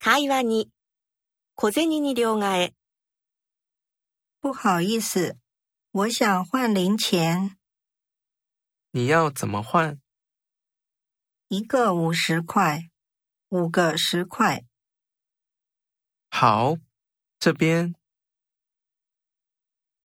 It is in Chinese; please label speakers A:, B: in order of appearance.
A: 会話に、小銭に両替、
B: 不好意思，我想换零钱，
C: 你要怎么换？
B: 一个五十块，五个十块。
C: 好，这边